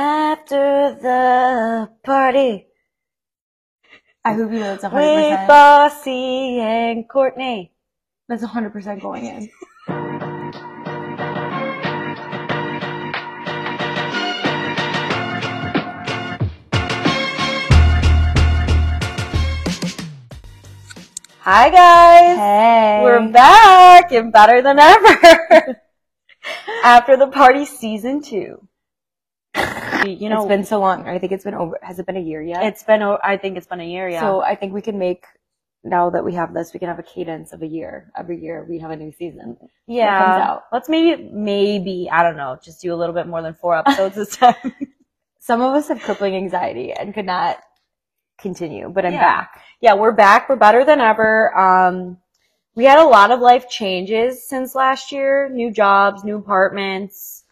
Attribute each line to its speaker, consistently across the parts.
Speaker 1: After the party,
Speaker 2: I hope you know that's
Speaker 1: with
Speaker 2: 100%.
Speaker 1: Bossy and Courtney.
Speaker 2: That's 100% going in.
Speaker 1: Hi guys!
Speaker 2: Hey.
Speaker 1: We're back and better than ever. After the party, season two. You know,
Speaker 2: it's been so long. I think it's been over. Has it been a year yet?
Speaker 1: it's been. o- I think it's been a year. Yeah.
Speaker 2: So I think we can make, now that we have this, we can have a cadence of a year. Every year we have a new season.
Speaker 1: yeah.
Speaker 2: comes out.
Speaker 1: Let's maybe, maybe I don't know, just do a little bit more than four episodes this time.
Speaker 2: Some of us have crippling anxiety and could not continue, but I'm
Speaker 1: Yeah.
Speaker 2: back.
Speaker 1: yeah, we're back. We're better than ever. Um, we had a lot of life changes since last year. New jobs, new apartments.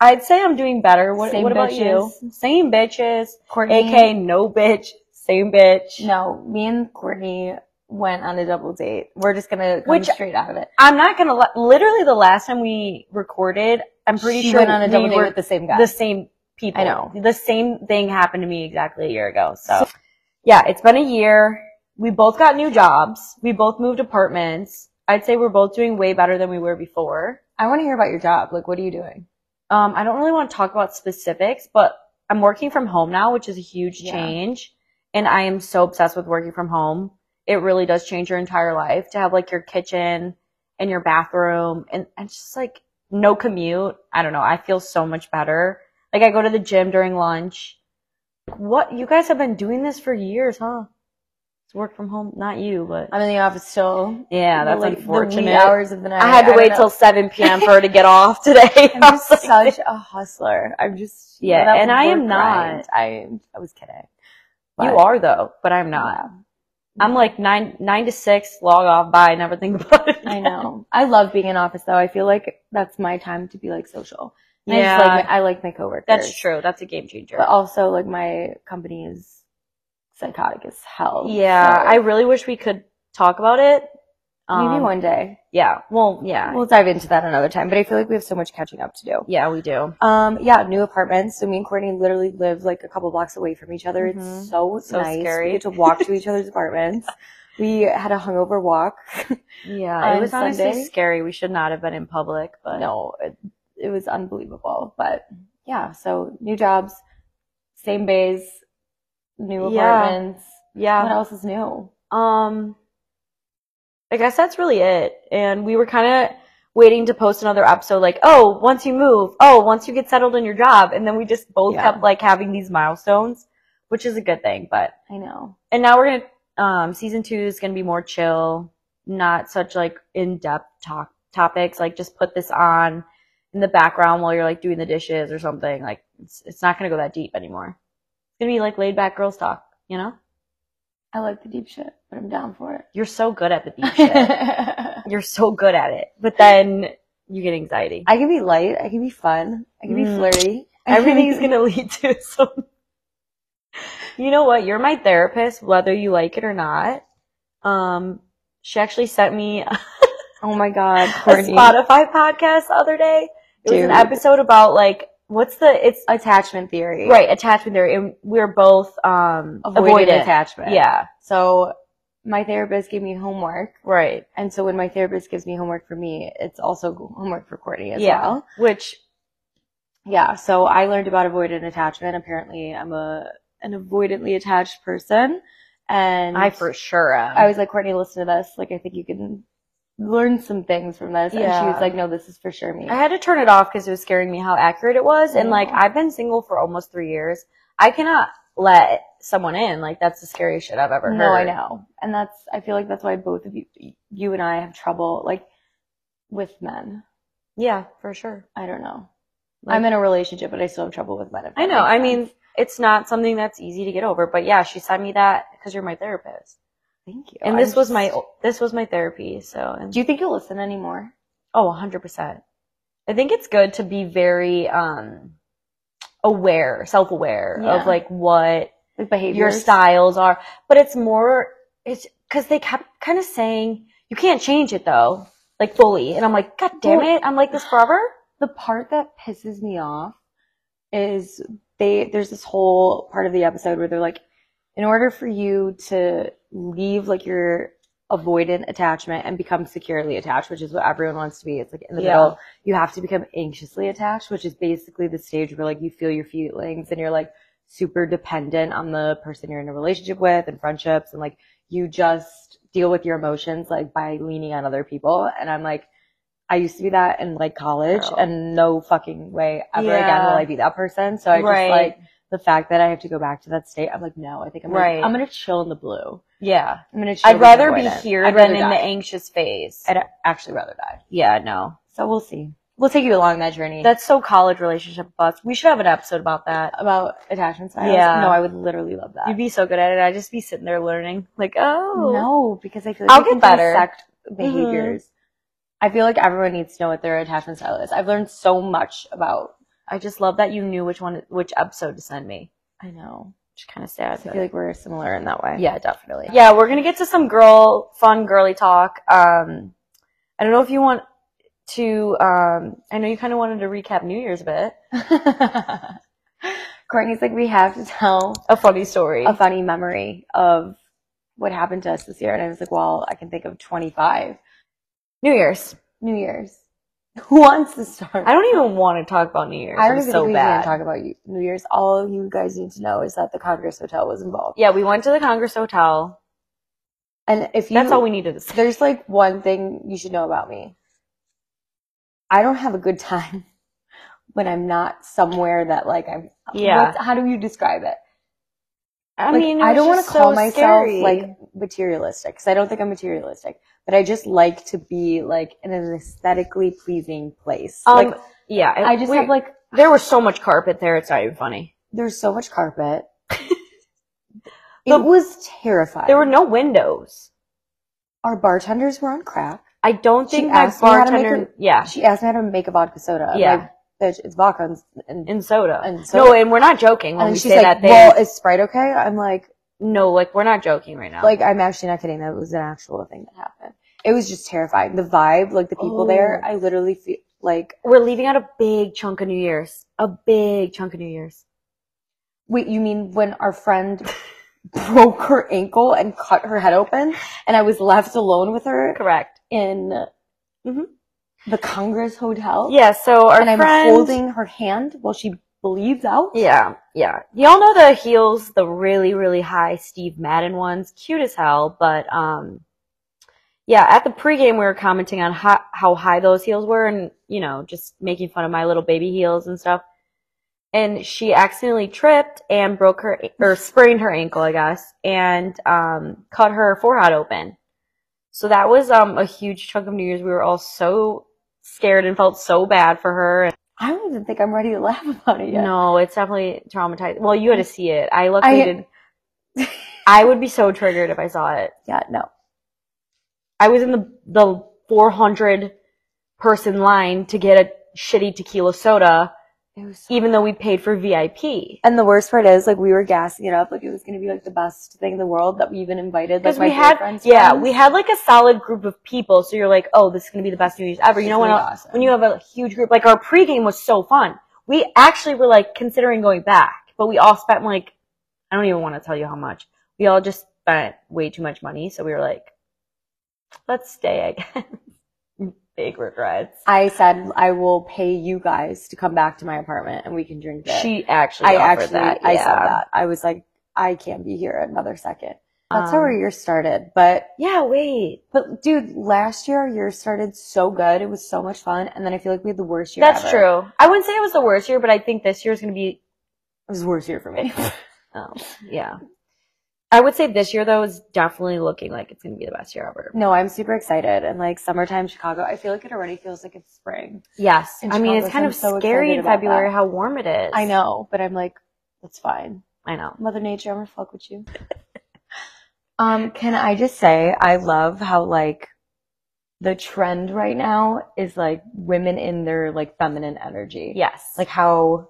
Speaker 1: I'd say I'm doing better. What,
Speaker 2: Same
Speaker 1: what about you?
Speaker 2: bitches.
Speaker 1: Same bitches.
Speaker 2: Courtney.
Speaker 1: AK, no bitch. Same bitch.
Speaker 2: No, me and Courtney went on a double date. We're just gonna come
Speaker 1: Which-
Speaker 2: straight out of it.
Speaker 1: I'm not gonna li Literally, the last time we recorded, I'm pretty
Speaker 2: She
Speaker 1: sure
Speaker 2: went on a
Speaker 1: we
Speaker 2: double date
Speaker 1: were
Speaker 2: with the same guy.
Speaker 1: the same people.
Speaker 2: I know.
Speaker 1: The same thing happened to me exactly a year ago. So, yeah, it's been a year. We both got new jobs. We both moved apartments. I'd say we're both doing way better than we were before.
Speaker 2: I want to hear about your job. Like, what are you doing?
Speaker 1: Um, I don't really want to talk about specifics, but I'm working from home now, which is a huge
Speaker 2: Yeah.
Speaker 1: change. And I am so obsessed with working from home. It really does change your entire life to have like your kitchen and your bathroom and, and just like no commute. I don't know. I feel so much better. Like I go to the gym during lunch. What you guys have been doing this for years, huh? It's work from home. Not you, but
Speaker 2: I'm in the office till
Speaker 1: yeah, that's
Speaker 2: like, The wee
Speaker 1: unfortunate.
Speaker 2: hours of the night.
Speaker 1: I had to
Speaker 2: don't
Speaker 1: wait
Speaker 2: know.
Speaker 1: till 7 p.m. for her to get off today.
Speaker 2: I'm
Speaker 1: I
Speaker 2: just
Speaker 1: was like,
Speaker 2: such a hustler. I'm just you know,
Speaker 1: Yeah,
Speaker 2: that
Speaker 1: and I
Speaker 2: work
Speaker 1: am not.
Speaker 2: grind. I I was kidding.
Speaker 1: You
Speaker 2: But-
Speaker 1: are though, but I'm not.
Speaker 2: Yeah.
Speaker 1: I'm like nine nine to six, log off, bye, never think about it.
Speaker 2: I
Speaker 1: again.
Speaker 2: know. I love being in office though. I feel like that's my time to be like social. And I just like
Speaker 1: Yeah.
Speaker 2: I like my coworkers.
Speaker 1: That's true. That's a game changer.
Speaker 2: But also like my company is psychotic as hell.
Speaker 1: yeah,
Speaker 2: so
Speaker 1: I really wish we could talk about it.
Speaker 2: maybe
Speaker 1: Um,
Speaker 2: one day.
Speaker 1: Yeah. Well, yeah.
Speaker 2: We'll dive into that another time, but I feel like we have so much catching up to do.
Speaker 1: yeah, we do.
Speaker 2: Um, yeah, new apartments. So me and Courtney literally live like a couple blocks away from each other.
Speaker 1: Mhm.
Speaker 2: It's so,
Speaker 1: So
Speaker 2: nice.
Speaker 1: scary.
Speaker 2: We get to walk to each other's apartments. We had a hungover walk.
Speaker 1: Yeah, it
Speaker 2: On
Speaker 1: was honestly
Speaker 2: Sunday?
Speaker 1: scary. We should not have been in public, but
Speaker 2: no, it, it was unbelievable. But yeah, so new jobs, same bays, new
Speaker 1: Yeah.
Speaker 2: apartments. What
Speaker 1: yeah.
Speaker 2: else is new?
Speaker 1: Um, I guess that's really it. And we were kind of waiting to post another episode, like, oh, once you move, oh, once you get settled in your job, and then we just both
Speaker 2: Yeah.
Speaker 1: kept like having these milestones, which is a good thing. But
Speaker 2: I know.
Speaker 1: and now we're gonna um, season two is gonna be more chill, not such like in depth talk topics. Like just put this on in the background while you're like doing the dishes or something. Like it's it's not gonna go that deep anymore. It's gonna be like laid back girls talk. You know,
Speaker 2: I like the deep shit, but I'm down for it.
Speaker 1: you're so good at the deep shit. you're so good at it, but then you get anxiety.
Speaker 2: I can be light. I can be fun. I can
Speaker 1: Mm.
Speaker 2: be flirty. I can
Speaker 1: Everything's
Speaker 2: be-
Speaker 1: going to lead to some. You know what? You're my therapist, whether you like it or not. Um, she actually sent me a
Speaker 2: Oh my god, Courtney.
Speaker 1: Spotify podcast the other day. It was an
Speaker 2: Dude.
Speaker 1: episode about like what's the it's
Speaker 2: Attachment theory.
Speaker 1: right attachment theory, and we are both um
Speaker 2: Avoided
Speaker 1: avoidant.
Speaker 2: attachment.
Speaker 1: Yeah,
Speaker 2: So my therapist gave me homework.
Speaker 1: right.
Speaker 2: And so when my therapist gives me homework for me, it's also homework for Courtney as
Speaker 1: yeah,
Speaker 2: well.
Speaker 1: which
Speaker 2: Yeah. So I learned about avoidant attachment. Apparently I'm a an avoidantly attached person. And
Speaker 1: I for sure am.
Speaker 2: I was like, Courtney, listen to this. Like I think you can learn some things from this. And she
Speaker 1: Yeah.
Speaker 2: was like, No, this is for sure me.
Speaker 1: I had to turn it off because it was scaring me how accurate it was. And like,
Speaker 2: Oh.
Speaker 1: I've been single for almost three years. I cannot let someone in. Like, that's the scariest shit I've ever heard.
Speaker 2: No, I know. And that's I feel like that's why both of you you and I have trouble like with men.
Speaker 1: Yeah, for sure.
Speaker 2: I don't know.
Speaker 1: Like-
Speaker 2: I'm in a relationship, but I still have trouble with men. if
Speaker 1: I
Speaker 2: that
Speaker 1: know.
Speaker 2: makes
Speaker 1: I
Speaker 2: sense.
Speaker 1: mean, it's not something that's easy to get over. But yeah, she sent me that because you're my therapist.
Speaker 2: Thank you.
Speaker 1: And
Speaker 2: I'm
Speaker 1: this was
Speaker 2: just-
Speaker 1: my this was my therapy. So and,
Speaker 2: Do you think you'll listen anymore?
Speaker 1: oh, hundred percent. I think it's good to be very um aware, self aware
Speaker 2: Yeah.
Speaker 1: of like what
Speaker 2: Like behaviors?
Speaker 1: your styles are. But it's more, it's because they kept kind of saying, you can't change it though, like fully. And I'm like, God damn
Speaker 2: Well-
Speaker 1: it, I'm like this forever?
Speaker 2: The part that pisses me off is they there's this whole part of the episode where they're like in order for you to leave like your avoidant attachment and become securely attached which is what everyone wants to be it's like in the
Speaker 1: Yeah.
Speaker 2: middle you have to become anxiously attached which is basically the stage where like you feel your feelings and you're like super dependent on the person you're in a relationship with and friendships and like you just deal with your emotions like by leaning on other people and i'm like i used to be that in like college
Speaker 1: Girl.
Speaker 2: and no fucking way ever again
Speaker 1: Yeah.
Speaker 2: will i be that person so i
Speaker 1: Right.
Speaker 2: just like the fact that I have to go back to that state, I'm like, no, I think I'm
Speaker 1: Right.
Speaker 2: gonna, I'm gonna chill in the blue.
Speaker 1: Yeah.
Speaker 2: I'm gonna chill.
Speaker 1: I'd
Speaker 2: with the
Speaker 1: rather be
Speaker 2: avoidant.
Speaker 1: here
Speaker 2: I'd
Speaker 1: than
Speaker 2: rather
Speaker 1: in
Speaker 2: die.
Speaker 1: the anxious phase.
Speaker 2: I'd actually rather die.
Speaker 1: yeah, no.
Speaker 2: So we'll see. We'll take you along that journey.
Speaker 1: That's so college relationship thoughts. We should have an episode about that.
Speaker 2: about attachment styles.
Speaker 1: Yeah.
Speaker 2: No, I would literally love that.
Speaker 1: You'd be so good at it. I'd just be sitting there learning. Like, oh.
Speaker 2: no, because I feel like
Speaker 1: I'll get
Speaker 2: we can
Speaker 1: better.
Speaker 2: dissect behaviors. Mm-hmm. I feel like everyone needs to know what their attachment style is. I've learned so much about.
Speaker 1: I just love that you knew which one, which episode to send me.
Speaker 2: I know.
Speaker 1: Which is kind of sad.
Speaker 2: I
Speaker 1: but-
Speaker 2: feel like we're similar in that way.
Speaker 1: yeah, definitely.
Speaker 2: Yeah.
Speaker 1: Yeah, we're gonna get to some girl fun girly talk. Um, I don't know if you want to. Um, I know you kind of wanted to recap New Year's a bit.
Speaker 2: Courtney's like, we have to tell
Speaker 1: A funny story.
Speaker 2: a funny memory of what happened to us this year. And I was like, well, I can think of 25
Speaker 1: New Year's.
Speaker 2: New Year's. Who wants to start?
Speaker 1: I don't even want to talk about New Year's.
Speaker 2: I
Speaker 1: I
Speaker 2: don't
Speaker 1: am
Speaker 2: even
Speaker 1: so
Speaker 2: think we
Speaker 1: bad.
Speaker 2: can talk about you- New Year's. All you guys need to know is that the Congress Hotel was involved.
Speaker 1: yeah, we went to the Congress Hotel.
Speaker 2: And if you,
Speaker 1: That's all we needed to say.
Speaker 2: there's like one thing you should know about me. I don't have a good time when I'm not somewhere that like I'm.
Speaker 1: Yeah.
Speaker 2: What- how do you describe it?
Speaker 1: I
Speaker 2: Like,
Speaker 1: mean,
Speaker 2: I don't
Speaker 1: want
Speaker 2: wanna
Speaker 1: to
Speaker 2: call myself like materialistic because I don't think I'm materialistic, but I just like to be like in an aesthetically pleasing place.
Speaker 1: Um,
Speaker 2: like
Speaker 1: yeah,
Speaker 2: I just
Speaker 1: we-
Speaker 2: have like
Speaker 1: there was so much carpet there. It's not even funny.
Speaker 2: there's so much carpet. it
Speaker 1: The-
Speaker 2: was terrifying.
Speaker 1: There were no windows.
Speaker 2: our bartenders were on crack.
Speaker 1: I don't
Speaker 2: She
Speaker 1: think my
Speaker 2: asked me how to make
Speaker 1: bartender.
Speaker 2: it-
Speaker 1: yeah,
Speaker 2: She asked me how to make a vodka soda. I'm
Speaker 1: Yeah.
Speaker 2: like, bitch, it's vodka and, and,
Speaker 1: in soda.
Speaker 2: and
Speaker 1: No,
Speaker 2: soda.
Speaker 1: and we're not joking when
Speaker 2: and
Speaker 1: we
Speaker 2: she's
Speaker 1: say that.
Speaker 2: like,
Speaker 1: They
Speaker 2: well, is Sprite okay? I'm like,
Speaker 1: no, like we're not joking right now.
Speaker 2: like I'm actually not kidding. That was an actual thing that happened. It was just terrifying. The vibe, like the people there,
Speaker 1: Oh.
Speaker 2: I literally feel like
Speaker 1: we're leaving out a big chunk of New Year's. A big chunk of New Year's.
Speaker 2: Wait, you mean when our friend broke her ankle and cut her head open, and I was left alone with her
Speaker 1: Correct.
Speaker 2: in mm-hmm,
Speaker 1: Mhm.
Speaker 2: the Congress Hotel?
Speaker 1: Yeah. So our
Speaker 2: and I'm
Speaker 1: friend.
Speaker 2: holding her hand while she bleeds out.
Speaker 1: Yeah, yeah. Y'all know the heels, the really, really high Steve Madden ones, cute as hell. But um, yeah. At the pregame, we were commenting on how, how high those heels were, and you know, just making fun of my little baby heels and stuff. And she accidentally tripped and broke her or sprained her ankle, I guess, and um, cut her forehead open. So that was um a huge chunk of New Year's. We were all so scared and felt so bad for her.
Speaker 2: I don't even think I'm ready to laugh about it yet.
Speaker 1: No, it's definitely traumatizing. Well, you had to see it. I luckily
Speaker 2: I-
Speaker 1: did. I would be so triggered if I saw it.
Speaker 2: Yeah, no.
Speaker 1: I was in the the 400 person line to get a shitty tequila soda,
Speaker 2: It was so-
Speaker 1: even though we paid for VIP.
Speaker 2: and the worst part is, like, we were gassing it up, like it was gonna be like the best thing in the world that we even invited. Like
Speaker 1: Because
Speaker 2: my
Speaker 1: we had,
Speaker 2: boyfriend's
Speaker 1: yeah,
Speaker 2: friends.
Speaker 1: we had like a solid group of people. So you're like, oh, this is gonna be the best New Year's ever. You
Speaker 2: It's
Speaker 1: know when
Speaker 2: gonna be
Speaker 1: a-
Speaker 2: awesome.
Speaker 1: when you have a huge group, like our pregame was so fun. We actually were like considering going back, but we all spent like, I don't even want to tell you how much. We all just spent way too much money, so we were like, let's stay. I guess. Big regrets.
Speaker 2: I said I will pay you guys to come back to my apartment and we can drink this.
Speaker 1: She actually,
Speaker 2: I
Speaker 1: offered
Speaker 2: actually,
Speaker 1: that.
Speaker 2: I said
Speaker 1: yeah.
Speaker 2: that. I was like, I can't be here another second. That's how
Speaker 1: Um,
Speaker 2: our year started. But,
Speaker 1: Yeah, wait.
Speaker 2: but dude, last year our year started so good. It was so much fun. And then I feel like we had the worst year
Speaker 1: That's
Speaker 2: ever.
Speaker 1: true. I wouldn't say it was the worst year, but I think this year is gonna be
Speaker 2: It was the worst year for me.
Speaker 1: Oh, yeah. I would say this year though is definitely looking like it's gonna be the best year ever.
Speaker 2: no, I'm super excited. And like summertime Chicago, I feel like it already feels like it's spring.
Speaker 1: Yes.
Speaker 2: In
Speaker 1: I mean it's
Speaker 2: Chicago,
Speaker 1: kind
Speaker 2: I'm
Speaker 1: of
Speaker 2: so
Speaker 1: scary in
Speaker 2: excited about that.
Speaker 1: February how warm it is.
Speaker 2: I know, but I'm like, that's fine.
Speaker 1: I know.
Speaker 2: Mother Nature, I'm gonna fuck with you. um, can I just say I love how like the trend right now is like women in their like feminine energy.
Speaker 1: Yes.
Speaker 2: Like how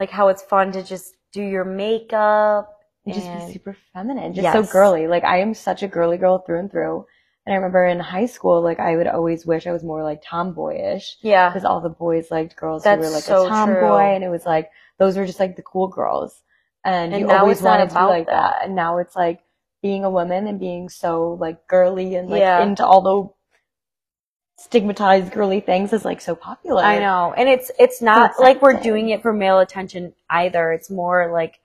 Speaker 1: like how it's fun to just do your makeup.
Speaker 2: just be
Speaker 1: And-
Speaker 2: super feminine, just so
Speaker 1: Yes.
Speaker 2: girly. Like I am such a girly girl through and through. And I remember in high school, like I would always wish I was more like tomboyish
Speaker 1: Yeah.
Speaker 2: because all the boys liked girls
Speaker 1: That's
Speaker 2: who were like
Speaker 1: so
Speaker 2: a tomboy,
Speaker 1: true.
Speaker 2: and it was like those were just like the cool girls. And,
Speaker 1: And
Speaker 2: you
Speaker 1: now
Speaker 2: always
Speaker 1: it's not
Speaker 2: wanted to be
Speaker 1: about
Speaker 2: like
Speaker 1: that.
Speaker 2: that. And now it's like being a woman and being so like girly and like
Speaker 1: Yeah.
Speaker 2: into all the stigmatized girly things is like so popular.
Speaker 1: I know. And it's it's not like we're
Speaker 2: accepted.
Speaker 1: doing it for male attention either. It's more like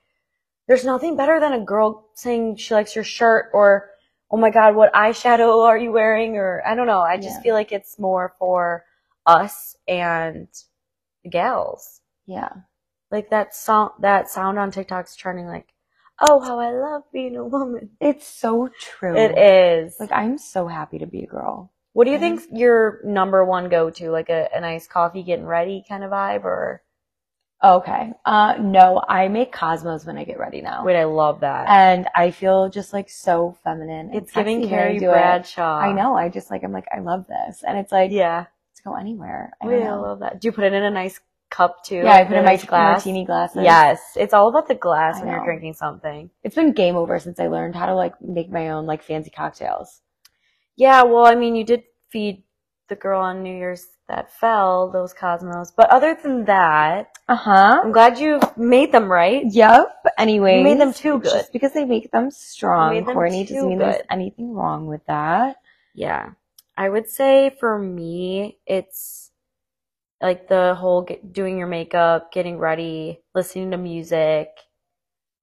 Speaker 1: there's nothing better than a girl saying she likes your shirt or oh my god, what eyeshadow are you wearing or I don't know. I just
Speaker 2: Yeah.
Speaker 1: feel like it's more for us and gals.
Speaker 2: Yeah.
Speaker 1: Like that song that sound on TikTok's trending like, "Oh, how I love being a woman."
Speaker 2: It's so true.
Speaker 1: It is.
Speaker 2: Oh. Like I'm so happy to be a girl.
Speaker 1: What do you think's your number one go to? Like a, a nice coffee, getting ready kind of vibe, or
Speaker 2: Okay. Uh no, I make cosmos when I get ready now.
Speaker 1: wait, I love that.
Speaker 2: And I feel just like so feminine. and
Speaker 1: it's giving
Speaker 2: sexy when I
Speaker 1: Carrie
Speaker 2: do it.
Speaker 1: Bradshaw.
Speaker 2: I know. I just like I'm like I love this, and it's like
Speaker 1: Uh, Yeah,
Speaker 2: let's go anywhere. I don't
Speaker 1: wait, I
Speaker 2: know.
Speaker 1: love that. Do you put it in a nice cup too?
Speaker 2: Yeah, I put in my
Speaker 1: nice glass.
Speaker 2: martini glasses.
Speaker 1: Yes, it's all about the glass
Speaker 2: I
Speaker 1: when you're
Speaker 2: know.
Speaker 1: drinking something.
Speaker 2: it's been game over since I learned how to like make my own like fancy cocktails.
Speaker 1: Yeah, well, I mean, you did feed the girl on New Year's that fell those cosmos, but other than that,
Speaker 2: Uh huh.
Speaker 1: I'm glad you made them right.
Speaker 2: Yep. Anyway,
Speaker 1: Uh-huh. You made them too good.
Speaker 2: Just because they make them strong,
Speaker 1: You made them
Speaker 2: Courtney,
Speaker 1: too
Speaker 2: doesn't mean there's
Speaker 1: good.
Speaker 2: anything wrong with that.
Speaker 1: Yeah. I would say for me, it's like the whole get, doing your makeup, getting ready, listening to music.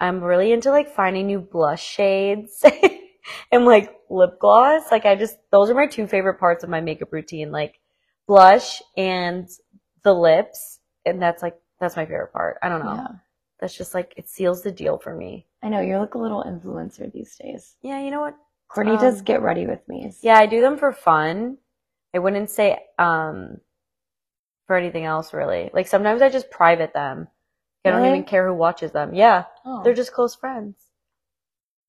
Speaker 1: I'm really into like finding new blush shades and like lip gloss. Like I just, those are my two favorite parts of my makeup routine, like blush and the lips. And that's like, that's my favorite part. I don't know.
Speaker 2: Yeah.
Speaker 1: That's just like, it seals the deal for me.
Speaker 2: I know you're like a little influencer these days.
Speaker 1: Yeah, you know what?
Speaker 2: Courtney
Speaker 1: Um,
Speaker 2: does get ready with me.
Speaker 1: Yeah, I do them for fun. I wouldn't say um for anything else really. Like sometimes I just private them. I don't
Speaker 2: Really?
Speaker 1: even care who watches them. Yeah,
Speaker 2: Oh.
Speaker 1: they're just close friends.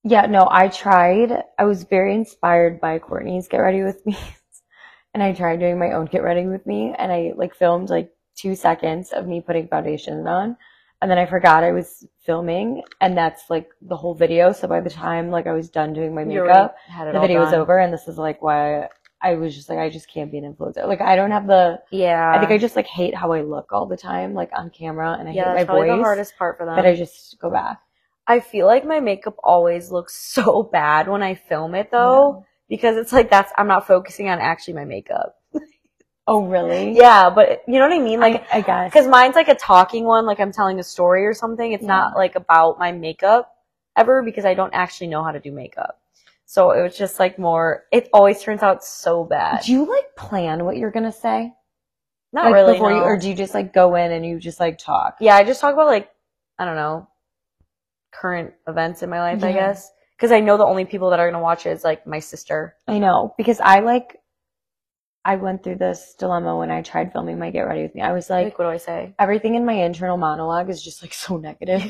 Speaker 2: Yeah, no, I tried. I was very inspired by Courtney's Get Ready With Me. And I tried doing my own Get Ready With Me. And I like filmed like two seconds of me putting foundation on. And then I forgot I was filming. And that's like the whole video. So by the time like I was done doing my
Speaker 1: You already
Speaker 2: makeup,
Speaker 1: had it
Speaker 2: the
Speaker 1: all
Speaker 2: video was
Speaker 1: done.
Speaker 2: over. And this is like why I was just like, I just can't be an influencer. Like I don't have the,
Speaker 1: Yeah.
Speaker 2: I think I just like hate how I look all the time, like on camera. And I
Speaker 1: yeah, that's
Speaker 2: hate my
Speaker 1: probably
Speaker 2: voice.
Speaker 1: the hardest part for them.
Speaker 2: That I just go back.
Speaker 1: I feel like my makeup always looks so bad when I film it though, because it's like that's I'm not focusing on actually my makeup.
Speaker 2: Oh, really?
Speaker 1: Yeah, but you know what I mean? Like
Speaker 2: I, I guess.
Speaker 1: Because mine's like a talking one, like I'm telling a story or something. It's not like about my makeup ever because I don't actually know how to do makeup. So it was just like more, it always turns out so bad.
Speaker 2: Do you like plan what you're gonna say?
Speaker 1: not
Speaker 2: like
Speaker 1: really.
Speaker 2: before you
Speaker 1: no.
Speaker 2: or do you just like go in and you just like talk?
Speaker 1: yeah, I just talk about like, I don't know, current events in my life, I
Speaker 2: Yeah.
Speaker 1: guess. Because I know the only people that are going to watch it is like my sister.
Speaker 2: I know. Because I like I went through this dilemma when I tried filming my Get Ready With Me. I was
Speaker 1: Like,
Speaker 2: like
Speaker 1: what do I say?
Speaker 2: everything in my internal monologue is just like so negative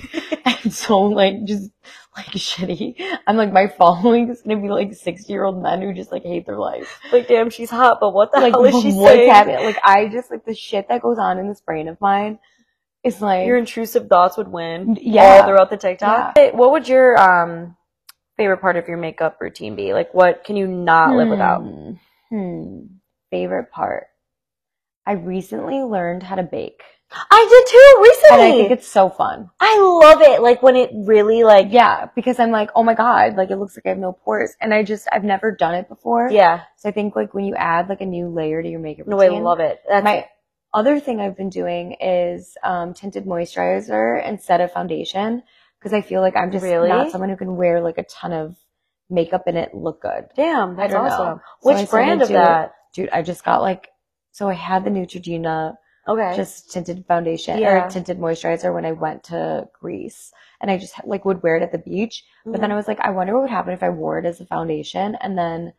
Speaker 2: and so like just like shitty. I'm like my following is gonna be like sixty year old men who just like hate their life.
Speaker 1: Like, damn, she's hot, but what the
Speaker 2: like
Speaker 1: hell is she
Speaker 2: what's
Speaker 1: saying?
Speaker 2: happening? Like I just like the shit that goes on in this brain of mine is like
Speaker 1: Your intrusive thoughts would win
Speaker 2: yeah.
Speaker 1: all throughout the TikTok. Hey, What would your um favorite part of your makeup routine be? Like, what can you not live without?
Speaker 2: Hmm. Hmm. Favorite part. I recently learned how to bake,
Speaker 1: I did too
Speaker 2: and
Speaker 1: recently.
Speaker 2: I think it's so fun.
Speaker 1: I love it. Like when it really like yeah,
Speaker 2: Yeah, because I'm like, oh my god, like it looks like I have no pores, and I just I've never done it before. So I think like when you add like a new layer to your makeup
Speaker 1: No, I
Speaker 2: routine,
Speaker 1: love it. That's
Speaker 2: my other thing I've been doing is um, tinted moisturizer instead of foundation because I feel like I'm just
Speaker 1: Really?
Speaker 2: not someone who can wear like a ton of makeup and it look good.
Speaker 1: damn. That's
Speaker 2: I don't know.
Speaker 1: awesome.
Speaker 2: So I
Speaker 1: Which
Speaker 2: started
Speaker 1: brand of
Speaker 2: to-
Speaker 1: that?
Speaker 2: Dude, I just got like, so I had the Neutrogena
Speaker 1: Okay.
Speaker 2: just tinted foundation
Speaker 1: Yeah.
Speaker 2: or tinted moisturizer when I went to Greece, and I just like would wear it at the beach.
Speaker 1: Mm-hmm.
Speaker 2: But then I was like, I wonder what would happen if I wore it as a foundation and then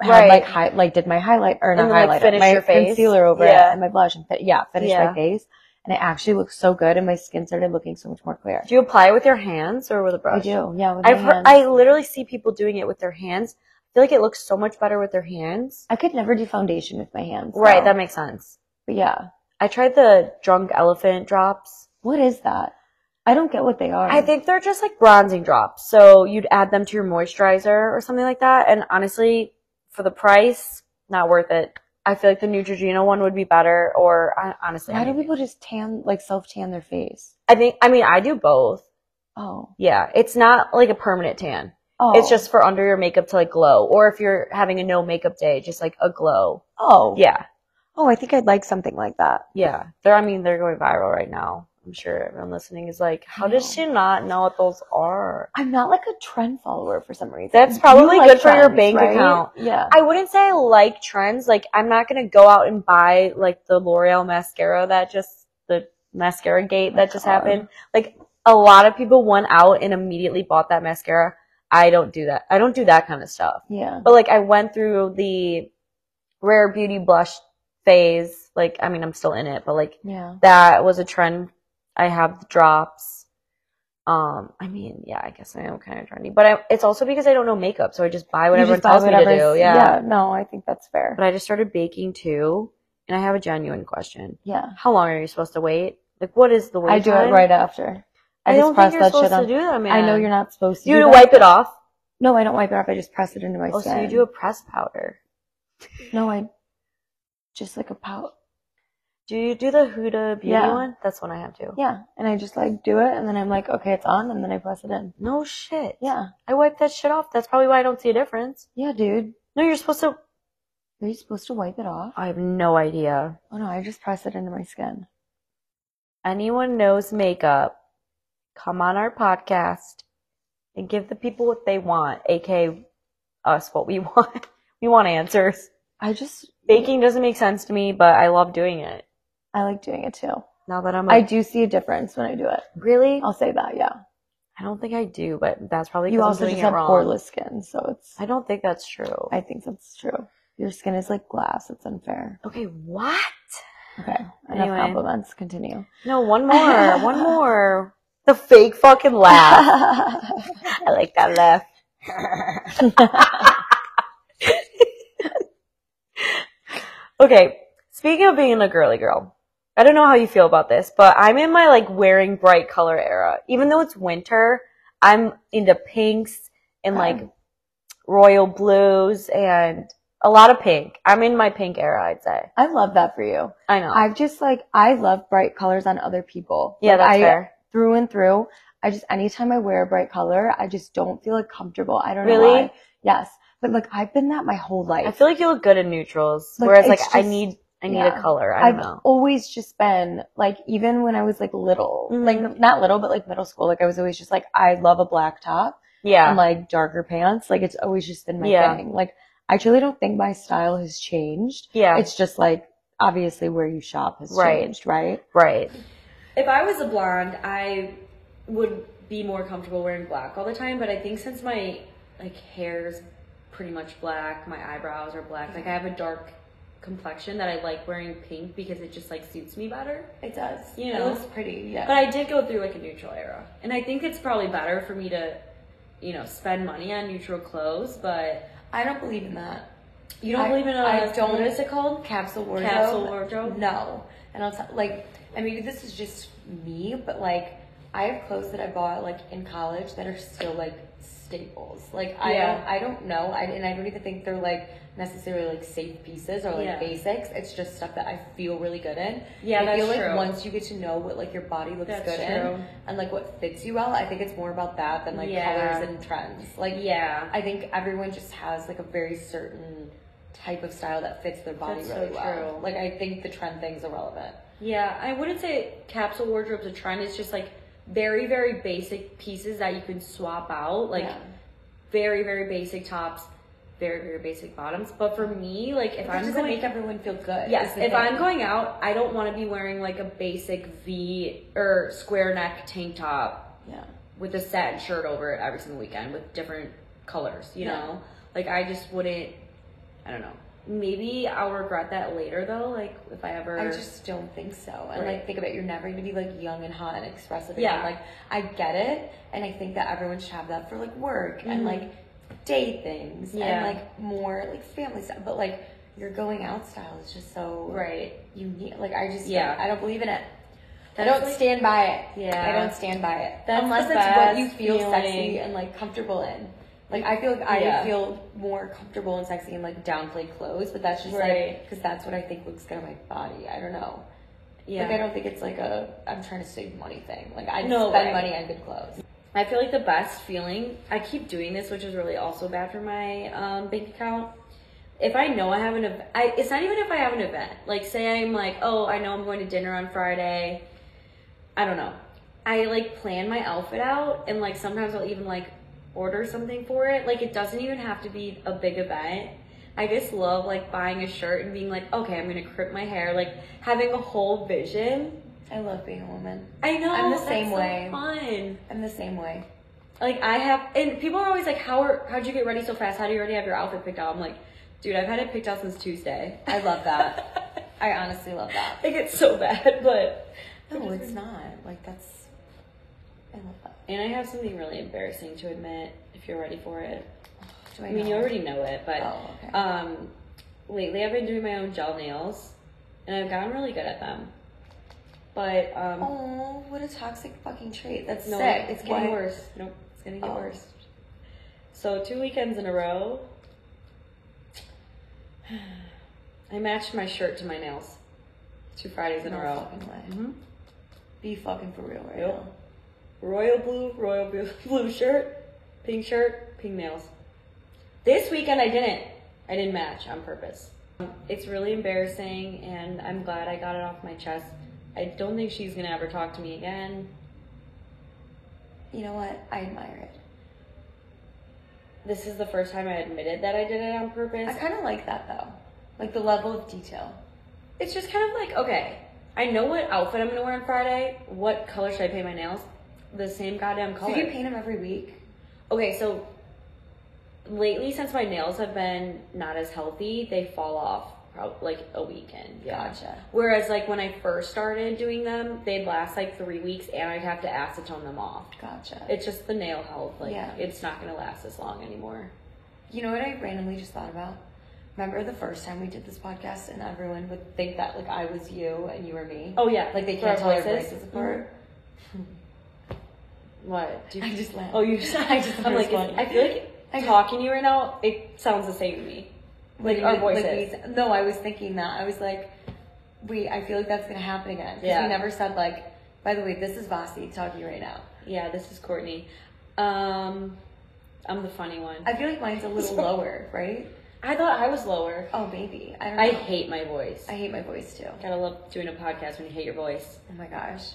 Speaker 2: had
Speaker 1: Right.
Speaker 2: like hi- like did my highlight or
Speaker 1: And
Speaker 2: not
Speaker 1: then, like,
Speaker 2: highlight
Speaker 1: finish
Speaker 2: my
Speaker 1: your face.
Speaker 2: concealer over
Speaker 1: Yeah.
Speaker 2: it and my blush and fi- yeah finish
Speaker 1: Yeah.
Speaker 2: my face and it actually looked so good and my skin started looking so much more clear.
Speaker 1: do you apply it with your hands or with a
Speaker 2: I
Speaker 1: brush?
Speaker 2: do, yeah. With my
Speaker 1: I've heard.
Speaker 2: hands.
Speaker 1: I literally see people doing it with their hands. I feel like it looks so much better with their hands.
Speaker 2: I could never do foundation with my hands.
Speaker 1: Right.
Speaker 2: though.
Speaker 1: That makes sense.
Speaker 2: but yeah,
Speaker 1: I tried the drunk elephant drops.
Speaker 2: what is that? I don't get what they are.
Speaker 1: I think they're just like bronzing drops. So you'd add them to your moisturizer or something like that. And honestly, for the price, not worth it. I feel like the Neutrogena one would be better, or I, honestly,
Speaker 2: Why
Speaker 1: I,
Speaker 2: do
Speaker 1: mean,
Speaker 2: people just tan, like self tan their face?
Speaker 1: I think I mean I do both.
Speaker 2: Oh.
Speaker 1: Yeah, it's not like a permanent tan.
Speaker 2: Oh.
Speaker 1: It's just for under your makeup to like glow, or if you're having a no makeup day, just like a glow.
Speaker 2: Oh.
Speaker 1: Yeah,
Speaker 2: Oh, I think I'd like something like that.
Speaker 1: yeah. They're I mean they're going viral right now. I'm sure everyone listening is like, how
Speaker 2: I
Speaker 1: did
Speaker 2: know.
Speaker 1: she not know what those are?
Speaker 2: I'm not like a trend follower for some reason.
Speaker 1: That's probably
Speaker 2: You like
Speaker 1: good for your
Speaker 2: trends,
Speaker 1: bank
Speaker 2: right?
Speaker 1: account.
Speaker 2: Yeah.
Speaker 1: I wouldn't say I like trends. Like I'm not gonna go out and buy like the L'Oreal mascara that just the mascara gate that just
Speaker 2: God.
Speaker 1: happened. Like a lot of people went out and immediately bought that mascara. I don't do that. I don't do that kind of stuff.
Speaker 2: yeah.
Speaker 1: But like I went through the rare beauty blush phase. Like I mean I'm still in it, but like
Speaker 2: Yeah.
Speaker 1: that was a trend. I have the drops. Um, I mean, yeah, I guess I am kind of trendy, but I, it's also because I don't know makeup, so I just buy what
Speaker 2: You
Speaker 1: everyone
Speaker 2: just buy
Speaker 1: tells me to
Speaker 2: whatever's-
Speaker 1: do. yeah,
Speaker 2: No, I think that's fair.
Speaker 1: but I just started baking too, and I have a genuine question.
Speaker 2: yeah.
Speaker 1: How long are you supposed to wait? Like, what is the wait
Speaker 2: I do
Speaker 1: time?
Speaker 2: it right after. I,
Speaker 1: I,
Speaker 2: just
Speaker 1: don't
Speaker 2: press
Speaker 1: think you're
Speaker 2: that shit
Speaker 1: supposed
Speaker 2: on.
Speaker 1: to do that, man.
Speaker 2: I know you're not supposed to.
Speaker 1: You
Speaker 2: do
Speaker 1: to
Speaker 2: that.
Speaker 1: wipe it off.
Speaker 2: No, I don't wipe it off. I just press it into my
Speaker 1: Oh,
Speaker 2: skin.
Speaker 1: so you do a press powder.
Speaker 2: No, I just like a pout.
Speaker 1: Do you do the Huda Beauty
Speaker 2: Yeah.
Speaker 1: one? That's one I have too.
Speaker 2: Yeah, and I just like do it, and then I'm like, okay, it's on, and then I press it in.
Speaker 1: No shit.
Speaker 2: Yeah,
Speaker 1: I wipe that shit off. That's probably why I don't see a difference.
Speaker 2: yeah, dude.
Speaker 1: No, you're supposed to.
Speaker 2: Are you supposed to wipe it off?
Speaker 1: I have no idea.
Speaker 2: Oh no, I just press it into my skin.
Speaker 1: anyone knows makeup, come on our podcast and give the people what they want, aka us what we want. We want answers.
Speaker 2: I just,
Speaker 1: Baking doesn't make sense to me, but I love doing it.
Speaker 2: I like doing it too.
Speaker 1: Now that I'm
Speaker 2: I
Speaker 1: like,
Speaker 2: do see a difference when I do it.
Speaker 1: really?
Speaker 2: I'll say that. Yeah.
Speaker 1: I don't think I do, but that's probably
Speaker 2: you
Speaker 1: because
Speaker 2: also
Speaker 1: I'm doing
Speaker 2: just
Speaker 1: it
Speaker 2: have
Speaker 1: wrong.
Speaker 2: poreless skin, so it's.
Speaker 1: I don't think that's true.
Speaker 2: I think that's true. Your skin is like glass. It's unfair.
Speaker 1: okay, what?
Speaker 2: Okay. Enough
Speaker 1: Anyway.
Speaker 2: compliments. Continue.
Speaker 1: No, one more, one more. The fake fucking laugh. I like that laugh. okay, speaking of being a girly girl, I don't know how you feel about this, but I'm in my like wearing bright color era. Even though it's winter, I'm into pinks and like
Speaker 2: Okay.
Speaker 1: royal blues and a lot of pink. I'm in my pink era, I'd say.
Speaker 2: I love that for you.
Speaker 1: I know.
Speaker 2: I've just like I love bright colors on other people.
Speaker 1: yeah,
Speaker 2: Like,
Speaker 1: that's
Speaker 2: I,
Speaker 1: fair.
Speaker 2: Through and through, I just anytime I wear a bright color, I just don't feel like comfortable. I don't know
Speaker 1: Really?
Speaker 2: why. Yes, but like I've been that my whole life.
Speaker 1: I feel like you look good in neutrals,
Speaker 2: Like,
Speaker 1: whereas like
Speaker 2: it's
Speaker 1: I
Speaker 2: just-
Speaker 1: need I need
Speaker 2: yeah.
Speaker 1: a color. I
Speaker 2: I've
Speaker 1: don't know.
Speaker 2: always just been like, even when I was like little,
Speaker 1: Mhm.
Speaker 2: like not little, but like middle school, like I was always just like, I love a black top
Speaker 1: Yeah.
Speaker 2: and like darker pants. Like it's always just been my
Speaker 1: Yeah.
Speaker 2: thing. Like I truly don't think my style has changed.
Speaker 1: yeah.
Speaker 2: It's just like obviously where you shop has
Speaker 1: Right.
Speaker 2: changed, right?
Speaker 1: Right. If I was a blonde, I would be more comfortable wearing black all the time, but I think since my like hair's pretty much black, my eyebrows are black, like I have a dark complexion that I like wearing pink because it just like suits me better.
Speaker 2: It does.
Speaker 1: You know? looks
Speaker 2: pretty.
Speaker 1: But I did go through like a neutral era. And I think it's probably better for me to, you know, spend money on neutral clothes, but
Speaker 2: I don't believe in that.
Speaker 1: you don't
Speaker 2: I-
Speaker 1: believe in a
Speaker 2: I don't-
Speaker 1: what is it called?
Speaker 2: Capsule wardrobe.
Speaker 1: Capsule wardrobe?
Speaker 2: No. And I'll tell, like, I mean, this is just me, but like, I have clothes that I bought like in college that are still like staples. Like, I
Speaker 1: Yeah.
Speaker 2: don't, I don't know, I, and I don't even think they're like necessarily like safe pieces or like
Speaker 1: Yeah.
Speaker 2: basics. It's just stuff that I feel really good in.
Speaker 1: Yeah,
Speaker 2: And I
Speaker 1: that's
Speaker 2: feel like
Speaker 1: true.
Speaker 2: once you get to know what like your body looks
Speaker 1: That's
Speaker 2: good
Speaker 1: true.
Speaker 2: in and like what fits you well, I think it's more about that than like
Speaker 1: Yeah.
Speaker 2: colors and trends. Like,
Speaker 1: Yeah.
Speaker 2: I think everyone just has like a very certain type of style that fits their body
Speaker 1: That's so
Speaker 2: really well.
Speaker 1: true.
Speaker 2: Like I think the trend thing's irrelevant.
Speaker 1: Yeah, I wouldn't say capsule wardrobe's a trend. It's just like very, very basic pieces that you can swap out. Like
Speaker 2: Yeah.
Speaker 1: very, very basic tops, very, very basic bottoms. But for me, like if
Speaker 2: If
Speaker 1: I'm
Speaker 2: I'm
Speaker 1: going,
Speaker 2: gonna make everyone feel good.
Speaker 1: yes,
Speaker 2: is the
Speaker 1: if
Speaker 2: thing.
Speaker 1: I'm going out, I don't want to be wearing like a basic V or square neck tank top
Speaker 2: Yeah.
Speaker 1: with a satin shirt over it every single weekend with different colors. You
Speaker 2: Yeah.
Speaker 1: know, like I just wouldn't. I don't know. Maybe I'll regret that later though. Like if I ever.
Speaker 2: I just don't think so. And
Speaker 1: Right.
Speaker 2: like think about it, you're never gonna be like young and hot and expressive.
Speaker 1: Yeah.
Speaker 2: Yeah. Like I get it and I think that everyone should have that for like work
Speaker 1: Mhm.
Speaker 2: and like day things
Speaker 1: Yeah.
Speaker 2: and like more like family stuff. But like your going out style is just so
Speaker 1: right.
Speaker 2: unique. Like I just
Speaker 1: Yeah.
Speaker 2: I don't believe in it. I
Speaker 1: That's
Speaker 2: don't
Speaker 1: like-
Speaker 2: stand by it.
Speaker 1: Yeah.
Speaker 2: I don't stand by it.
Speaker 1: That's
Speaker 2: Unless
Speaker 1: the
Speaker 2: it's what
Speaker 1: best
Speaker 2: you feel
Speaker 1: feeling.
Speaker 2: sexy and like comfortable in. Like I feel like I
Speaker 1: Yeah.
Speaker 2: feel more comfortable and sexy in like downplayed clothes, but that's just like
Speaker 1: Right.
Speaker 2: because that's what I think looks good on my body. I don't know.
Speaker 1: Yeah.
Speaker 2: Like I don't think it's like a I'm trying to save money thing. Like I
Speaker 1: No
Speaker 2: spend
Speaker 1: way.
Speaker 2: money on good clothes.
Speaker 1: I feel like the best feeling. I keep doing this, which is really also bad for my um, bank account. If I know I have an event, I, it's not even if I have an event. Like, say I'm like, oh, I know I'm going to dinner on Friday. I don't know. I like plan my outfit out, and like sometimes I'll even like order something for it. Like, it doesn't even have to be a big event. I just love like buying a shirt and being like, okay, I'm gonna crimp my hair. Like having a whole vision.
Speaker 2: I love being a woman.
Speaker 1: I know
Speaker 2: I'm the
Speaker 1: that's
Speaker 2: same
Speaker 1: so
Speaker 2: way.
Speaker 1: Fun
Speaker 2: I'm the same way.
Speaker 1: like I have, and people are always like, "How are, how'd you get ready so fast? How do you already have your outfit picked out?" I'm like, "Dude, I've had it picked out since Tuesday.
Speaker 2: I love that. I honestly love that.
Speaker 1: Like it's so bad, but
Speaker 2: No, it's not. Like that's I love that.
Speaker 1: and I have something really embarrassing to admit. If you're ready for it,
Speaker 2: Do I,
Speaker 1: I mean, you
Speaker 2: know?
Speaker 1: already know it, but
Speaker 2: Oh, okay.
Speaker 1: um, lately I've been doing my own gel nails, and I've gotten really good at them. But um,
Speaker 2: Oh, what a toxic fucking trait. That's
Speaker 1: no,
Speaker 2: sick.
Speaker 1: it's
Speaker 2: It's
Speaker 1: getting
Speaker 2: getting worse.
Speaker 1: worse. Nope, it's gonna get
Speaker 2: Oh.
Speaker 1: worse. So two weekends in a row, I matched my shirt to my nails. Two Fridays in a
Speaker 2: No
Speaker 1: row. Mm-hmm.
Speaker 2: fucking way. Be fucking for real right
Speaker 1: Yep.
Speaker 2: now.
Speaker 1: Royal blue, royal blue, blue shirt, pink shirt, pink nails. This weekend I didn't. I didn't match on purpose. Um, It's really embarrassing, and I'm glad I got it off my chest. I don't think she's gonna ever talk to me again.
Speaker 2: You know what? I admire it.
Speaker 1: This is the first time I admitted that I did it on purpose.
Speaker 2: I kind of like that though. Like the level of detail.
Speaker 1: it's just kind of like okay i know what outfit i'm gonna wear on friday what color should i paint my nails the same goddamn
Speaker 2: So
Speaker 1: color
Speaker 2: you paint them every week?
Speaker 1: okay so lately since my nails have been not as healthy they fall off prob- like a weekend yeah
Speaker 2: Gotcha.
Speaker 1: whereas like when i first started doing them they'd last like three weeks and i'd have to acetone them off
Speaker 2: Gotcha.
Speaker 1: it's just the nail health like
Speaker 2: Yeah.
Speaker 1: it's not gonna last as long anymore
Speaker 2: You know what I randomly just thought about? Remember the first time we did this podcast and everyone would think that like I was you and you were me?
Speaker 1: oh yeah
Speaker 2: Like they
Speaker 1: For our
Speaker 2: can't tell our
Speaker 1: voices?
Speaker 2: voices apart?
Speaker 1: what Do you-
Speaker 2: I just laughed.
Speaker 1: Oh, you Mm-hmm. just, I just, I'm like, it's-
Speaker 2: That's
Speaker 1: I
Speaker 2: funny.
Speaker 1: feel like
Speaker 2: I-
Speaker 1: talking to you right now, it sounds the same to me. Like,
Speaker 2: Like,
Speaker 1: our
Speaker 2: we- like,
Speaker 1: voices.
Speaker 2: we- no, I was thinking that. I was like, wait, I feel like that's gonna happen again. Because
Speaker 1: Yeah.
Speaker 2: we never said like, by the way, this is Vasi talking right now.
Speaker 1: yeah, this is Courtney. Um, I'm the funny one. I,
Speaker 2: I feel like mine's a little lower, right?
Speaker 1: thought I was lower.
Speaker 2: Oh, maybe. I don't know.
Speaker 1: I hate my voice.
Speaker 2: I hate my voice too.
Speaker 1: Gotta love doing a podcast when you hate your voice.
Speaker 2: Oh my gosh.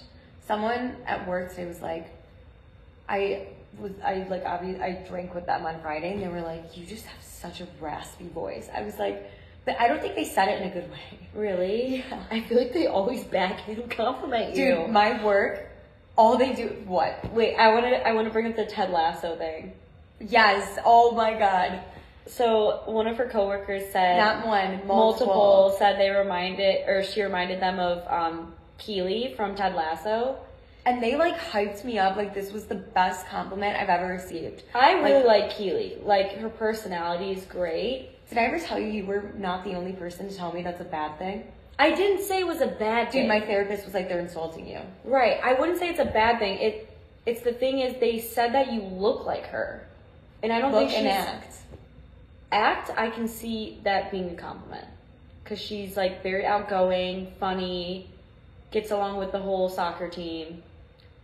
Speaker 2: Someone at work today was like, I was, I like, obviously, I drank with them on Friday and they were like, you just have such a raspy voice. I was like, but I don't think they said it in a good way.
Speaker 1: Really?
Speaker 2: Yeah.
Speaker 1: I feel like they always back and compliment you.
Speaker 2: Dude, my work, all they do, what?
Speaker 1: Wait, I wanna, I wanna bring up the Ted Lasso thing.
Speaker 2: Yes. Oh my God.
Speaker 1: So one of her coworkers said,
Speaker 2: Not one, multiple.
Speaker 1: multiple. said they reminded, or she reminded them of um, Keely from Ted Lasso.
Speaker 2: And they like hyped me up. Like this was the best compliment I've ever received.
Speaker 1: I really like, Keeley. Like her personality is great.
Speaker 2: Did I ever tell you you were not the only person to tell me that's a bad thing?
Speaker 1: I didn't say it was a bad
Speaker 2: Dude,
Speaker 1: thing.
Speaker 2: my therapist was like, they're insulting you.
Speaker 1: right. I wouldn't say it's a bad thing. It it's the thing is they said that you look like her. And I don't
Speaker 2: Look
Speaker 1: think she's
Speaker 2: and act.
Speaker 1: act, I can see that being a compliment. Cause she's like very outgoing, funny, gets along with the whole soccer team.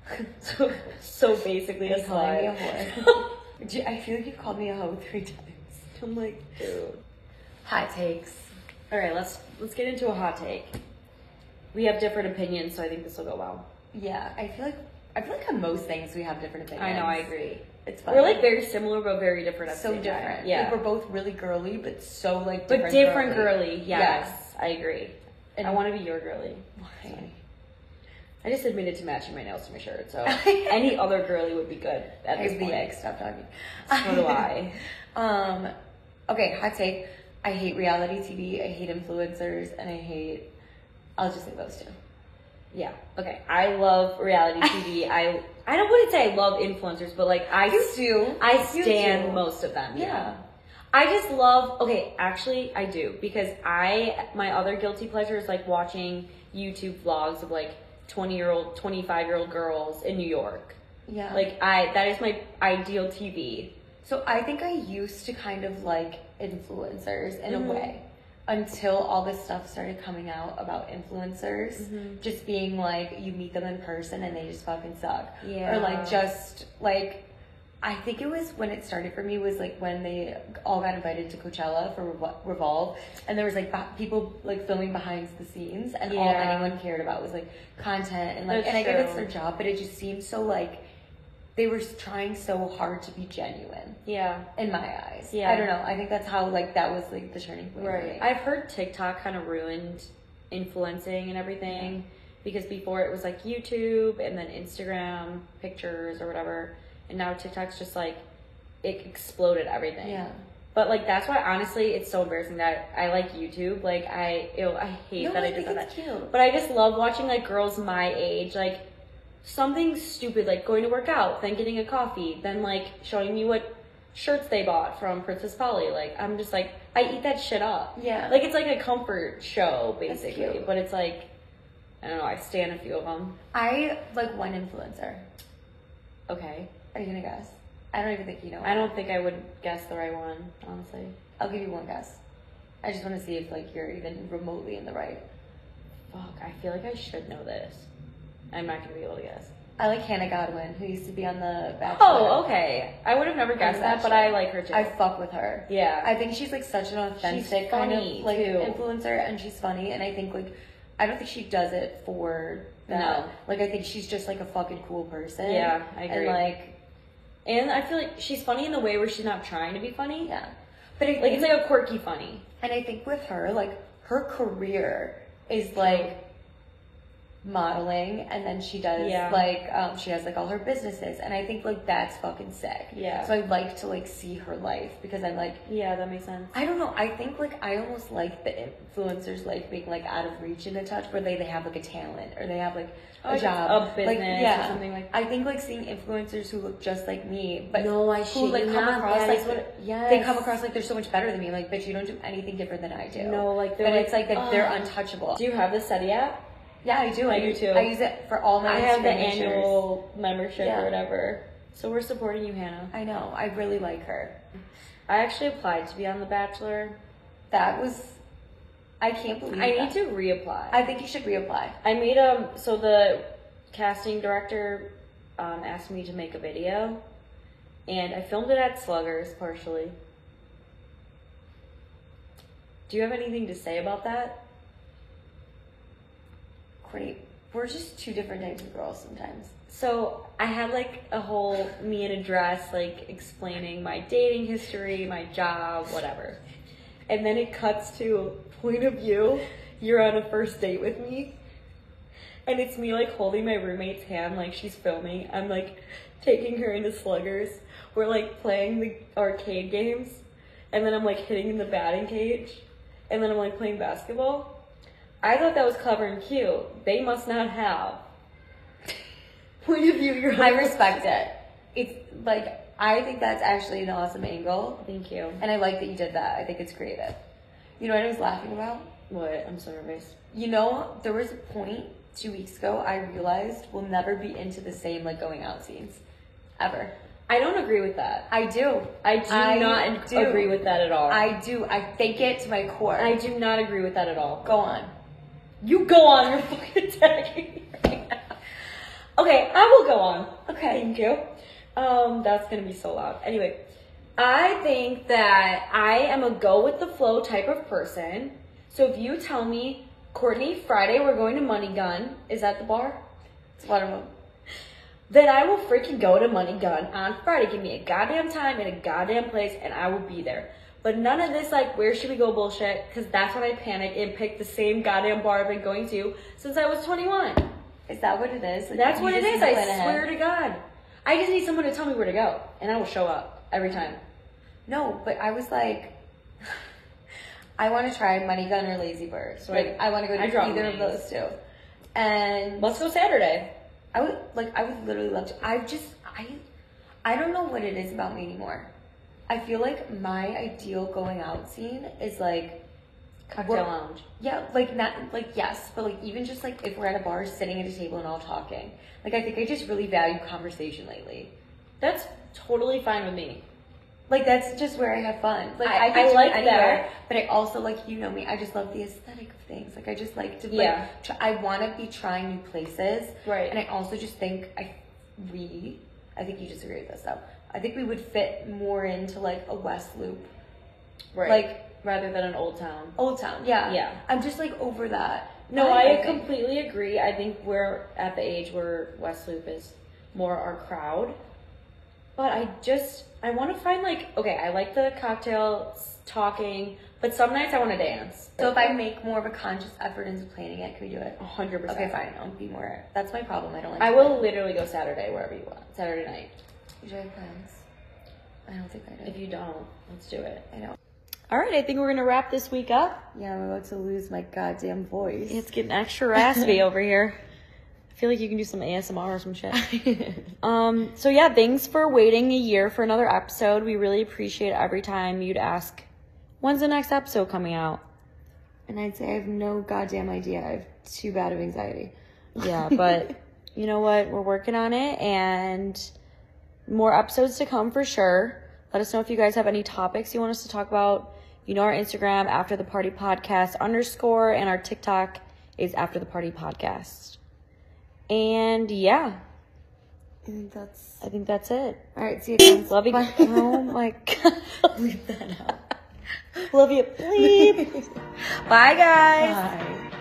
Speaker 1: so, so basically
Speaker 2: You're
Speaker 1: a
Speaker 2: calling me a
Speaker 1: slut.
Speaker 2: whore. Dude, I feel like you've called me a hoe three times.
Speaker 1: I'm like, dude.
Speaker 2: Hot takes.
Speaker 1: Alright, let's let's get into a hot take. We have different opinions, so I think this will go well.
Speaker 2: Yeah, I feel like I feel like on most things we have different opinions.
Speaker 1: I know, I agree.
Speaker 2: It's funny.
Speaker 1: We're like very similar but very different at the
Speaker 2: so
Speaker 1: same time.
Speaker 2: different.
Speaker 1: Yeah.
Speaker 2: Like, we're both really girly, but so like
Speaker 1: but
Speaker 2: different.
Speaker 1: different girly, yes.
Speaker 2: Yes.
Speaker 1: I agree. And I want to be your girly.
Speaker 2: Why?
Speaker 1: I just admitted to matching my nails to my shirt, so any other girly would be good at this
Speaker 2: I'd be
Speaker 1: point.
Speaker 2: like, stop talking.
Speaker 1: So do I.
Speaker 2: Um, okay, hot take. I hate reality TV. I hate influencers, and I hate. I'll just say those two.
Speaker 1: Yeah. Okay. I love reality TV. I I don't wouldn't say I love influencers, but like I
Speaker 2: You do.
Speaker 1: I
Speaker 2: You
Speaker 1: stand
Speaker 2: do.
Speaker 1: most of them.
Speaker 2: Yeah.
Speaker 1: I just love. Okay, actually, I do because I my other guilty pleasure is like watching YouTube vlogs of like twenty year old, twenty five year old girls in New York.
Speaker 2: Yeah.
Speaker 1: Like I that is my ideal TV.
Speaker 2: So I think I used to kind of like influencers in a way until all this stuff started coming out about influencers
Speaker 1: Mm-hmm.
Speaker 2: just being like you meet them in person and they just fucking suck
Speaker 1: Yeah.
Speaker 2: or like just like I think it was when it started for me was like when they all got invited to Coachella for Revol- Revolve, and there was like beh- people like filming behind the scenes, and all
Speaker 1: Yeah.
Speaker 2: anyone cared about was like content and like.
Speaker 1: That's
Speaker 2: and I get it's
Speaker 1: true.
Speaker 2: their job, but it just seemed so like they were s- trying so hard to be genuine
Speaker 1: Yeah.
Speaker 2: in my eyes.
Speaker 1: Yeah.
Speaker 2: I don't know. I think that's how like that was like the turning point. for me.
Speaker 1: Right. I've heard TikTok kind of ruined influencing and everything because before it was like YouTube and then Instagram pictures or whatever, and now TikTok's just like it exploded everything.
Speaker 2: yeah.
Speaker 1: But like that's why honestly it's so embarrassing that I like YouTube. Like I ew, I hate
Speaker 2: No,
Speaker 1: that I,
Speaker 2: I
Speaker 1: just
Speaker 2: think
Speaker 1: said
Speaker 2: it's
Speaker 1: that.
Speaker 2: cute.
Speaker 1: But I just love watching like girls my age like something stupid like going to work out, then getting a coffee, then like showing me what shirts they bought from Princess Polly. Like I'm just like I eat that shit up.
Speaker 2: Yeah.
Speaker 1: Like it's like a comfort show basically,
Speaker 2: cute.
Speaker 1: but it's like I don't know. I stand a few of them.
Speaker 2: I like one influencer.
Speaker 1: Okay.
Speaker 2: Are you gonna guess? I don't even think you know.
Speaker 1: I don't think I would guess the right one, honestly.
Speaker 2: I'll give you one guess. I just want to see if like you're even remotely in the right.
Speaker 1: Fuck, I feel like I should know this. I'm not gonna be able to guess.
Speaker 2: I like Hannah Godwin, who used to be on The Bachelor.
Speaker 1: Oh, okay. I would have never guessed
Speaker 2: the
Speaker 1: that, but
Speaker 2: Bachelor.
Speaker 1: I like her too.
Speaker 2: I fuck with her.
Speaker 1: yeah.
Speaker 2: I think she's like such an authentic
Speaker 1: She's
Speaker 2: kind of
Speaker 1: funny,
Speaker 2: like
Speaker 1: too.
Speaker 2: influencer, and she's funny. And I think like I don't think she does it for that.
Speaker 1: No.
Speaker 2: Like I think she's just like a fucking cool person.
Speaker 1: Yeah, I
Speaker 2: And
Speaker 1: agree.
Speaker 2: like
Speaker 1: and I feel like she's funny in the way where she's not trying to be funny.
Speaker 2: yeah, but I
Speaker 1: Like
Speaker 2: think,
Speaker 1: it's like a quirky funny.
Speaker 2: and I think with her like her career is like modeling and then she does
Speaker 1: Yeah.
Speaker 2: like um, she has like all her businesses and i think like that's fucking sick
Speaker 1: Yeah.
Speaker 2: so i like to like see her life because i'm like
Speaker 1: Yeah, that makes sense.
Speaker 2: I don't know. I think like I almost like the influencers life being like out of reach and a touch where they, they have like a talent or they have like
Speaker 1: Oh,
Speaker 2: a
Speaker 1: like
Speaker 2: job,
Speaker 1: a business
Speaker 2: like,
Speaker 1: or something like-
Speaker 2: I think like seeing influencers who look just like me, but
Speaker 1: No, I
Speaker 2: who like
Speaker 1: should
Speaker 2: come
Speaker 1: not.
Speaker 2: across
Speaker 1: That
Speaker 2: like
Speaker 1: is what-
Speaker 2: yeah they come
Speaker 1: yes.
Speaker 2: across like they're so much better than me. Like, bitch, you don't do anything different than I do.
Speaker 1: No, like, they're
Speaker 2: but
Speaker 1: like,
Speaker 2: it's like that they're
Speaker 1: ugh.
Speaker 2: untouchable.
Speaker 1: Do you have the SETI app?
Speaker 2: yeah, I do.
Speaker 1: I
Speaker 2: I
Speaker 1: do, too.
Speaker 2: I use it for all my.
Speaker 1: I have the
Speaker 2: Instagram pictures.
Speaker 1: annual membership
Speaker 2: Yeah.
Speaker 1: or whatever. So we're supporting you, Hannah.
Speaker 2: I know. I really like her.
Speaker 1: I actually applied to be on The Bachelor.
Speaker 2: That was. I can't believe.
Speaker 1: I need
Speaker 2: that.
Speaker 1: to reapply.
Speaker 2: I think you should reapply.
Speaker 1: I made um so the casting director um, asked me to make a video, and I filmed it at Sluggers partially. Do you have anything to say about that?
Speaker 2: Courtney, we're just two different types of girls sometimes.
Speaker 1: So I had like a whole me in a dress, like explaining my dating history, my job, whatever. And then it cuts to point of view. You're on a first date with me. And it's me like holding my roommate's hand like she's filming. I'm like taking her into sluggers. We're like playing the arcade games. And then I'm like hitting in the batting cage. And then I'm like playing basketball. I thought that was clever and cute. They must not have. Point of view, you're
Speaker 2: I respect it. It's like I think that's actually an awesome angle,
Speaker 1: Thank you.
Speaker 2: and I like that you did that. I think it's creative. You know what I was laughing about?
Speaker 1: What? I'm so nervous.
Speaker 2: You know, there was a point two weeks ago I realized we'll never be into the same like going out scenes, ever.
Speaker 1: I don't agree with that.
Speaker 2: I do.
Speaker 1: I do
Speaker 2: I
Speaker 1: not
Speaker 2: do.
Speaker 1: agree with that at all.
Speaker 2: I do. I think it to my core.
Speaker 1: I do not agree with that at all.
Speaker 2: go on.
Speaker 1: You go on. You're fucking attacking me right now. Okay, I will go on.
Speaker 2: Okay.
Speaker 1: Thank you. Um, that's gonna be so loud. Anyway, I think that I am a go with the flow type of person. So if you tell me, Courtney, Friday we're going to Money Gun. Is that the bar?
Speaker 2: It's one of them.
Speaker 1: Then I will freaking go to Money Gun on Friday. Give me a goddamn time and a goddamn place, and I will be there. But none of this, like, where should we go bullshit, because that's when I panicked and picked the same goddamn bar I've been going to since I was 21.
Speaker 2: Is that what it is? Like,
Speaker 1: That's
Speaker 2: you
Speaker 1: what it
Speaker 2: just
Speaker 1: is, I
Speaker 2: plan ahead?
Speaker 1: swear to God. I just need someone to tell me where to go, and I will show up every time.
Speaker 2: No, but I was like, I want to try Money Gun or Lazy Bird. So
Speaker 1: Right.
Speaker 2: like, I want to go
Speaker 1: I
Speaker 2: to
Speaker 1: draw
Speaker 2: either of
Speaker 1: names.
Speaker 2: those two. And
Speaker 1: Let's go Saturday.
Speaker 2: I would like, I would literally love to. I just, I, I don't know what it is about me anymore. I feel like my ideal going out scene is like,
Speaker 1: Cocktail
Speaker 2: We're-
Speaker 1: lounge.
Speaker 2: yeah, like not like yes, but like even just like if we're at a bar sitting at a table and all talking. Like I think I just really value conversation lately.
Speaker 1: That's totally fine with me.
Speaker 2: Like that's just where I have fun. Like
Speaker 3: I-
Speaker 2: I,
Speaker 3: I
Speaker 2: can do
Speaker 3: like
Speaker 2: it anywhere, but I also like you know me. I just love the aesthetic of things. Like I just like to. Like,
Speaker 3: Yeah.
Speaker 2: tr- I want to be trying new places,
Speaker 3: Right.
Speaker 2: and I also just think I we I think you disagree with this though. I think we would fit more into like a West Loop,
Speaker 3: right.
Speaker 2: like
Speaker 3: rather than an old town.
Speaker 2: Old Town. Yeah.
Speaker 3: Yeah.
Speaker 2: I'm just like over that.
Speaker 3: No,
Speaker 2: vibe,
Speaker 3: I
Speaker 2: think.
Speaker 3: completely agree. I think we're at the age where West Loop is more our crowd. But I just I want to find like okay, I like the cocktail s- talking, but some nights I want to dance.
Speaker 2: So if I make more of a conscious effort into planning it, can we do it?
Speaker 3: 100%.
Speaker 2: Okay, fine. I'll be more. That's my problem. I don't like.
Speaker 3: I will literally go Saturday wherever you want. Saturday night.
Speaker 2: Do I have plans? I don't think I
Speaker 3: If
Speaker 2: do.
Speaker 3: you don't, let's do it.
Speaker 2: I don't.
Speaker 1: All right, I think we're gonna wrap this week up.
Speaker 2: Yeah, I'm about to lose my goddamn voice.
Speaker 1: It's getting extra raspy over here. I feel like you can do some ASMR or some shit. um, so yeah, thanks for waiting a year for another episode. We really appreciate every time you'd ask, "When's the next episode coming out?"
Speaker 2: And I'd say I have no goddamn idea. I have too bad of anxiety.
Speaker 1: Yeah, but you know what? We're working on it and more episodes to come for sure. Let us know if you guys have any topics you want us to talk about. You know our Instagram, after the party podcast underscore, and our TikTok is after the party podcast. And yeah,
Speaker 2: I think that's.
Speaker 1: I think that's it.
Speaker 2: All right, see you guys.
Speaker 1: Love you. Oh my god. Leave that out. Love you. Bleep. Bye guys.
Speaker 2: Bye.